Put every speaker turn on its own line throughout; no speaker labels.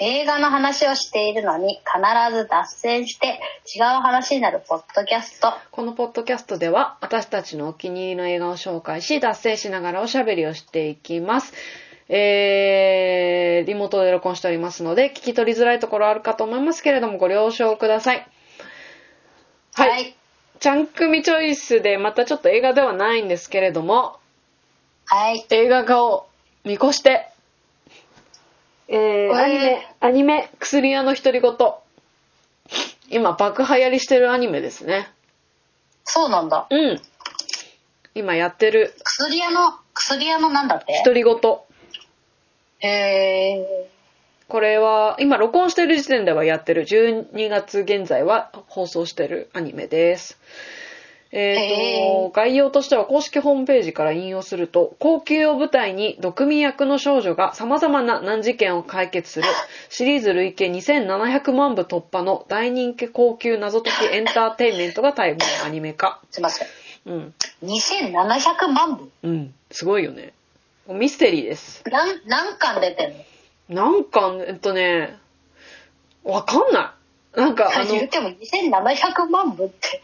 映画の話をしているのに必ず脱線して違う話になるポッドキャスト。
このポッドキャストでは私たちのお気に入りの映画を紹介し脱線しながらおしゃべりをしていきます。えー、リモートで録音しておりますので聞き取りづらいところあるかと思いますけれどもご了承ください。はい。
はい。
ちゃんくみチョイスでまたちょっと映画ではないんですけれども
はい。
映画化を見越して、えー、アニメ、アニメ、薬屋の独り言。今爆流行りしてるアニメですね。
そうなんだ。
うん。今やってる
薬屋の、薬屋のなんだって
独り言。
へえ
これは、今録音してる時点ではやってる。12月現在は放送してるアニメです。えっ、
へ
と、概要としては公式ホームページから引用すると、高級を舞台に毒味役の少女が様々な難事件を解決するシリーズ累計2700万部突破の大人気高級謎解きエンターテインメントが待望のアニメ化。
ー。すいません。
うん。
2700万部
うん。すごいよね。ミステリーです。
何、何巻出てんの
なんか、えっとね、わかんない。なんか、あの、
言っても2700万部って。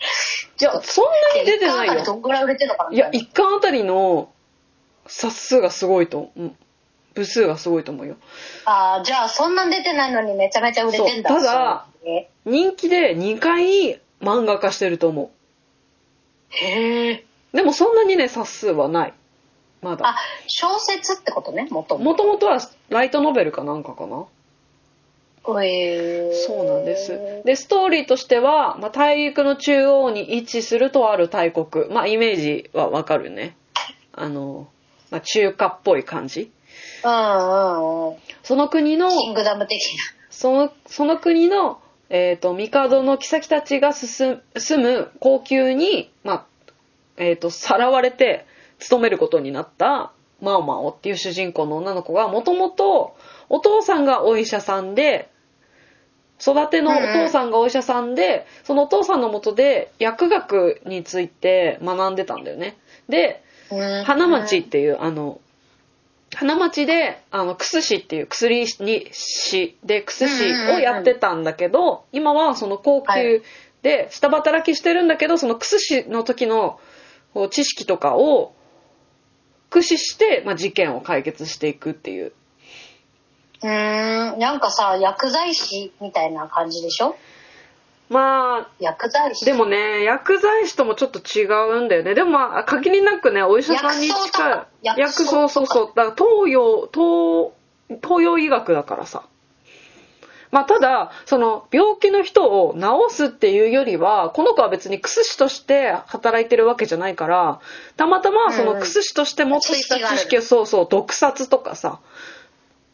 いや、そんなに出てない
一巻あたりど
よ。
んぐらい売れてるのかない
や、一巻あたりの冊数がすごいと思う。部数がすごいと思うよ。
あーじゃあそんなん出てないのにめちゃめちゃ売れてんだ。
そうただ
そうね、
人気で2回漫画化してると思
へえ。
う。でもそんなにね、冊数はない。まだ。
あ、小説ってことね、もとも
もともとはライトノベルかなんかかな。
と。へえ。
そうなんです。で、ストーリーとしては、まあ、大陸の中央に位置するとある大国。まあ、イメージはわかるね。あの、まあ、中華っぽい感じ。
うんうんうん。
その国の、
キングダム的
そのその国の、えー、と帝の妃たちが進む住む高級に、まあえー、とさらわれて勤めることになったマオマオっていう主人公の女の子がもともとお父さんがお医者さんで育てのお父さんがお医者さんで、そのお父さんのもとで薬学について学んでたんだよね。で
な。うん
花町っ。ていう、あの、花町で、あの、くすしっていう薬にしで、くすしをやってたんだけど、今はその高級で下働きしてるんだけど、そのくすしの時のこう知識とかを駆使して、まあ、事件を解決していくっていう。
うーん、なんかさ、薬剤師みたいな感じでしょ
まあ、
薬剤師。
でもね、薬剤師ともちょっと違うんだよね。でも、まあ、限りなくね、お医者さんに
薬草とか
近い。
薬草とか
そうそうそう。だから東洋、東、東洋医学だからさ。まあ、ただ、その、病気の人を治すっていうよりは、この子は別に薬師として働いてるわけじゃないから、たまたまその
うん
薬師として持っていた
知識がある
知識を、そうそう、毒殺とかさ、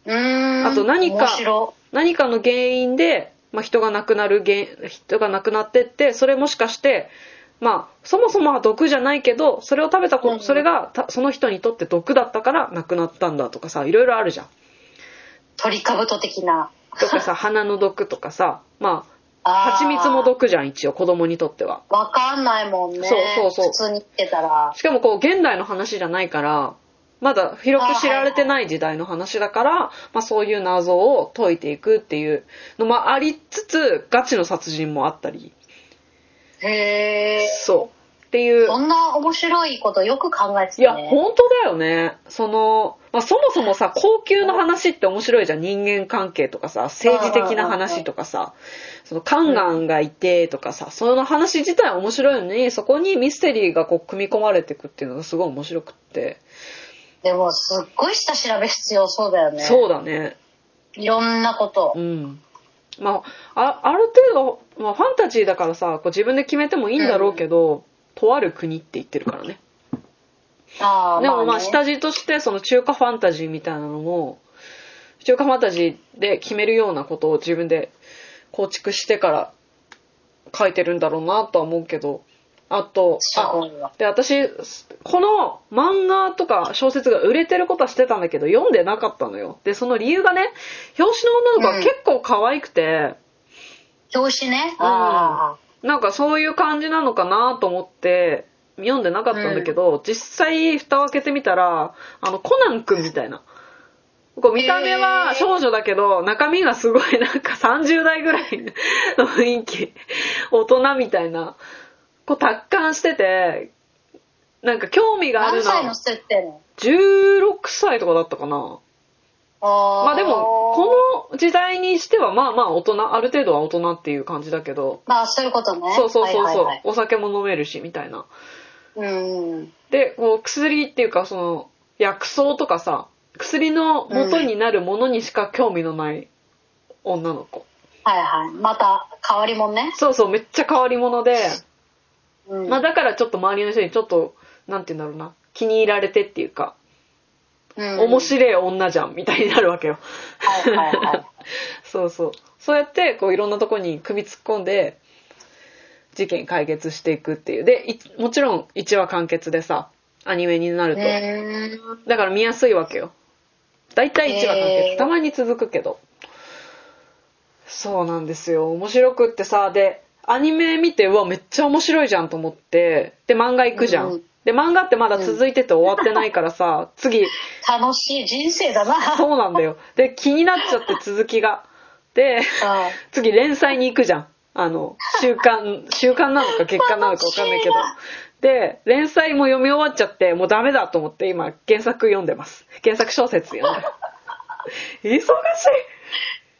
うーん。
あと何か
面白。
何かの原因で、まあ、人が亡くなる原因人が亡くなってってそれもしかして、まあ、そもそもは毒じゃないけどそれを食べたこ
うんうん
それがたその人にとって毒だったから亡くなったんだとかさいろいろあるじゃん。
鳥かぶと的な。
と かさ鼻の毒とかさま
あ
あ
ー
蜂蜜も毒じゃん一応子供にとっては。
わかんないもんね。
そうそうそう
普通に言ってたら。
しかもこう現代の話じゃないからまだ広く知られてない時代の話だから、まあ、そういう謎を解いていくっていうのもありつつガチの殺人もあったり。
へえ。
そう。っていう。
そんな面白いことよく考えてた
い
ね。
や、本当だよね。その、まあ、そもそもさ、高級の話って面白いじゃん。人間関係とかさ、政治的な話とかさ、その、カンガンがいてとかさ、その話自体面白いのに、そこにミステリーがこう、組み込まれていくっていうのがすごい面白くって。
でも、すっごい下調べ必要そうだよね。
そうだね。
いろんなこと
う。ん。まあ、あある程度、まあ、ファンタジーだからさ、こう自分で決めてもいいんだろうけど、とある国って言ってるからね。
ああ、
でもまあ
ね
下地としてその中華ファンタジーみたいなのも中華ファンタジーで決めるようなことを自分で構築してから書いてるんだろうなとは思うけどあと
す
あ
ごいわ。
で私この漫画とか小説が売れてることはしてたんだけど読んでなかったのよでその理由がね表紙の女の子は結構可愛くて、
表紙ね。
うん
あ
なんかそういう感じなのかなと思って読んでなかったんだけど、実際蓋を開けてみたらあのコナンくんみたいなこう見た目は少女だけど、中身がすごいなんか30代ぐらいの雰囲気。大人みたいな。こう達観してて、なんか興味があ
何
る
歳の
の。
人ってんの
16歳とかだったかな。
あー
まあでも、この時代にしてはまあまあ大人、ある程度は大人っていう感じだけど、
まあ、そういうことね。
そうそうそうそう、
はいはい
お酒も飲めるし、みたいな。
はい、うん。
で、こう薬っていうかその、薬草とかさ、薬の元になるものにしか興味のない女の子。
はいはい。また、変わりもんね。
そうそう、めっちゃ変わり者で、
うん。
まあだからちょっと周りの人にちょっと、なんて言うんだろうな、気に入られてっていうか、
うん、
面白い女じゃん、みたいになるわけよ。
はいはいはい。
そうそう。そうやって、こういろんなとこに首突っ込んで、事件解決していくっていう。で、いもちろん1話完結でさ、アニメになると。
うーん
だから見やすいわけよ。だいたい1話完結。
へー
たまに続くけど。そうなんですよ。面白くってさ、で、アニメ見て、うわ、めっちゃ面白いじゃんと思って、で、漫画行くじゃん。
うん
で、漫画ってまだ続いてて終わってないからさ、次、
楽しい人生だな。
そうなんだよ。で、気になっちゃって続きが。で、次連載に行くじゃん。あの、週刊、週刊なのか月刊なのかわかんないけど。で、連載も読み終わっちゃって、もうダメだと思って今原作読んでます。原作小説読んで。 忙しい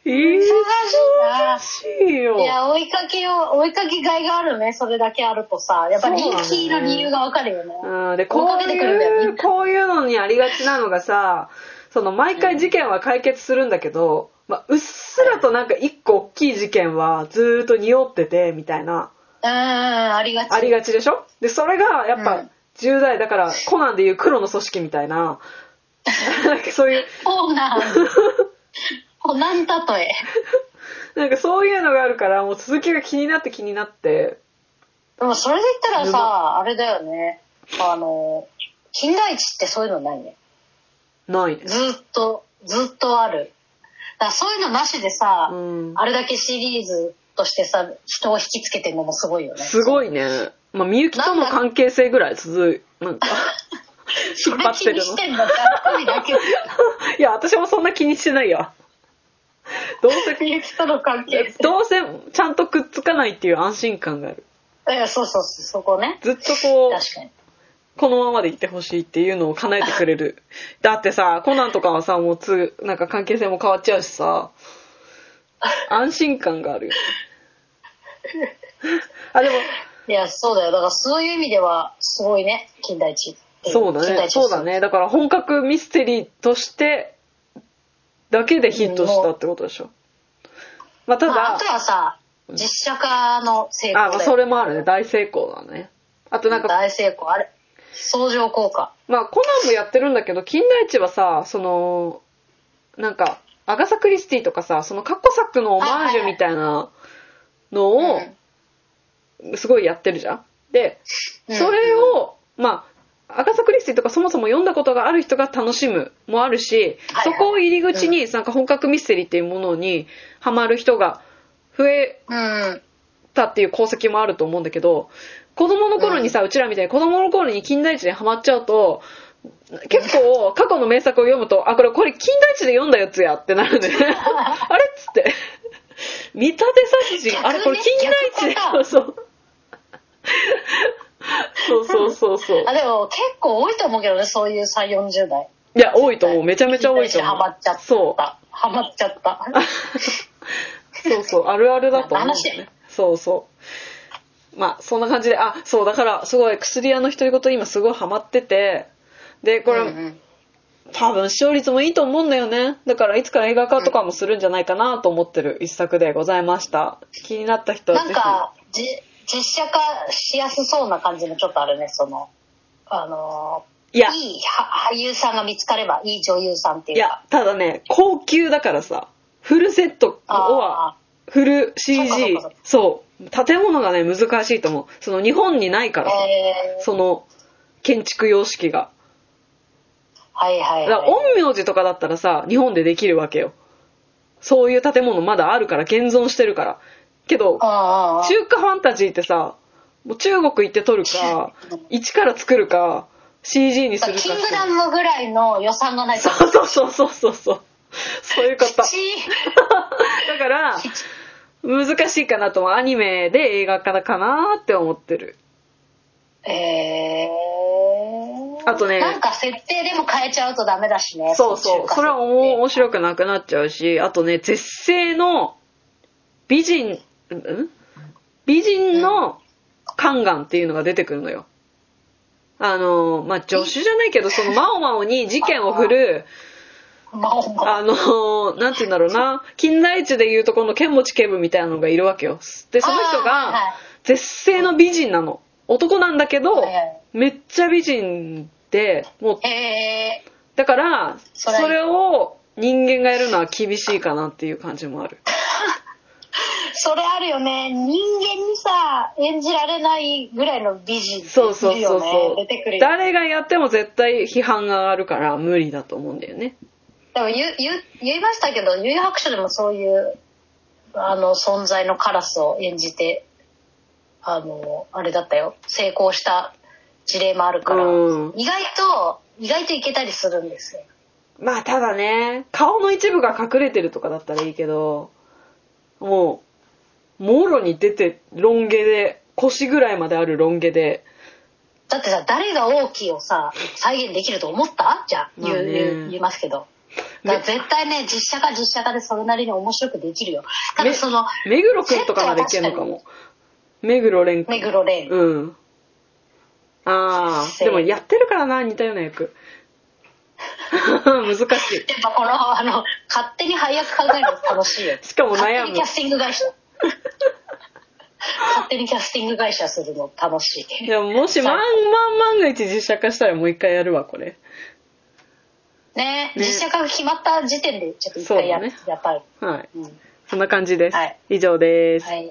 忙
忙しいな。
しいよ
い。や、追いかけを、追いかけがいがあるね。それだけあるとさ。やっぱ人気の理由がわかるよね。
うん、で、
追い
こ
か
う
けてくるんだ
い
よね。
う、こういうのにありがちなのがさ、その毎回事件は解決するんだけど、まあ、うっすらとなんか一個大きい事件はずーっと匂ってて、みたいな。
うんうん、ありがち。
ありがちでしょで、それがやっ
う
ぱ
ん
10代だから、コナンでいう黒の組織みたいな、 なんかそういう、
そう なん。こうなんたとえ。
なんかそういうのがあるから、もう続きが気になって気になって、
でもそれで言ったらさ、あれだよね。あの、金田一ってそういうのないね。
ないね。
ずーっと、ずーっとある。だからそういうのなしでさ、
うん
あれだけシリーズとしてさ、人を引きつけてるのもすごいよね。
すごいね。まあ、みゆきとの関係性ぐらい続い、なんか、
そ
引っ
れ
張って
気
る
に
の
し。てんのかっこいいだけ。
いや、私もそんな気にしてないよ。どう せ、
みゆきとの関係性。
どうせちゃんとくっつかないっていう安心感がある。
いやそうそうそう、そこね。
ずっとこう、
確かに。
このままでいてほしいっていうのを叶えてくれる。 だってさ、コナンとかはさ、もうつ、なんか関係性も変わっちゃうしさ、安心感がある よね。あ、でも、
いや、そうだよ。だからそういう意味では、すごいね、金田一ってい。
そうだ
金田
ね、
一
そうだ。ね。だから本格ミステリーとして、だけでヒットしたってことでしょ。まあ、た
まあ、
だ
あと、はさ、実写化の成
あ、
功だよ
まあ、それもあるね。大成功だね。あとなんか、
大成功。あれ、相乗効果。
まあ、コナンもやってるんだけど、金田一はさ、その、なんか、アガサ・クリスティとかさ、その過去作のオマージュみたいなの
はい
を
はい、
すごいやってるじゃん。で、
うん
それを、まあ、アガサ・クリスティとかそもそも読んだことがある人が楽しむもあるし、
はい
そ
はい
こを入り口に、なんか本格ミステリーっていうものにハマる人が増え
うん。
ったっていう功績もあると思うんだけど、子供の頃にさ、うちらみたいに子供の頃に金田一にハマっちゃうと、結構過去の名作を読むと、あ、これこれ金田一で読んだやつやってなるんで、ね、 あれっつって。見立て殺人、あれこれ金田一
逆
で
ね逆パター。ン
そうそう。そうそうそうそう。
あ、でも結構多いと思うけどね、そういう3、40代。
いや、多いと思う。めちゃめちゃ多いと思う。
ハマっちゃった。
そう。
ハマっちゃった。
そうそう、あるあるだと思うんだよね
話。
そうそう。まあ、そんな感じで、あ、そう、だから、すごい、薬屋の独り言今すごいハマってて、で、これ、
うんうん
多分視聴率もいいと思うんだよね。だから、いつか映画化とかもするんじゃないかなと思ってる一作でございました。気になった人は
な
ぜ
ん
ひ。
かじ実写化しやすそうな感じもちょっとあるねそのあの
いや、
いいは俳優さんが見つかればいい女優さんって
い
いうか
や、ただね、高級だからさ、フルセットは
あ、
フル
そう
CG
かそうか、
そう、建物がね、難しいと思う。その、日本にないからさ。
えー、
その建築様式が。
はいはい
だから
はい
陰陽師とかだったらさ、日本でできるわけよ。そういう建物まだあるから、現存してるから。けど、
ああ
中華ファンタジーってさ、もう中国行って撮 るか、一から作るか、CG にするか
キング
し
ダムぐらいの予算がないと
そうそうそうそうそうそう。そういうこと。
ち
だから、難しいかなと思う。アニメで映画化かなって思ってる。
えー。
あとね
なんか設定でも変えちゃうとダメだしね。
そうそう。それは
も
面白くなくなっちゃうし、あとね、絶世の美人、んん美人のカンガンっていうのが出てくるのよ。あの、まあ、助手じゃないけど、その、マオマオに事件を振る、
まあ、まあ、
あの、なんて言うんだろうな、近代一でいうとこの剣持警部みたいなのがいるわけよ。で、その
あ
人
ーはい
が、絶世の美人なの。男なんだけど
はいはい、
めっちゃ美人で、もう
えー。
だから、そ
それ
れを人間がやるのは厳しいかなっていう感じもある。
それあるよね。人間にさ、演じられないぐらいの美人
そうそう
いる
そ
よ
うそ
ね
う。。
出てくるよね
誰がやっても絶対批判が上がるから無理だと思うんだよね。
でも言う言う言いましたけど「幽遊白書」でもそういうあの存在のカラスを演じてあのあれだったよ成功した事例もあるから、
うん
意外と意外といけたりするんですよ
まあただね、顔の一部が隠れてるとかだったらいいけど、もう、もろに出て、ロン毛で、腰ぐらいまであるロン毛で、
だってさ誰が大きいをさ再現できると思ったじゃあ言う,、
まあね
言う言いますけどだから絶対ね実写化実写化でそれなりに面白くできるよただ
め
その
目黒くんとかならいけんのかも。目黒蓮くん
目。黒蓮、
うん。ああ、
せー
でもやってるからな、似たような役。 難しい。
やっぱこの、あの、勝手に配役考えるの楽しいよ。
しかも悩
勝手
む
にキャスティング 会社。勝手にキャスティング会社するの楽しい。
いや、もし万、万、万が一実写化したらもう一回やるわ、これ。
ね
ね
実写化が決まった時点で、ちょっと一
そう
回や,、
だね
やっぱり。
はい。
うん
そんな感じです。
はい
以上です。
はい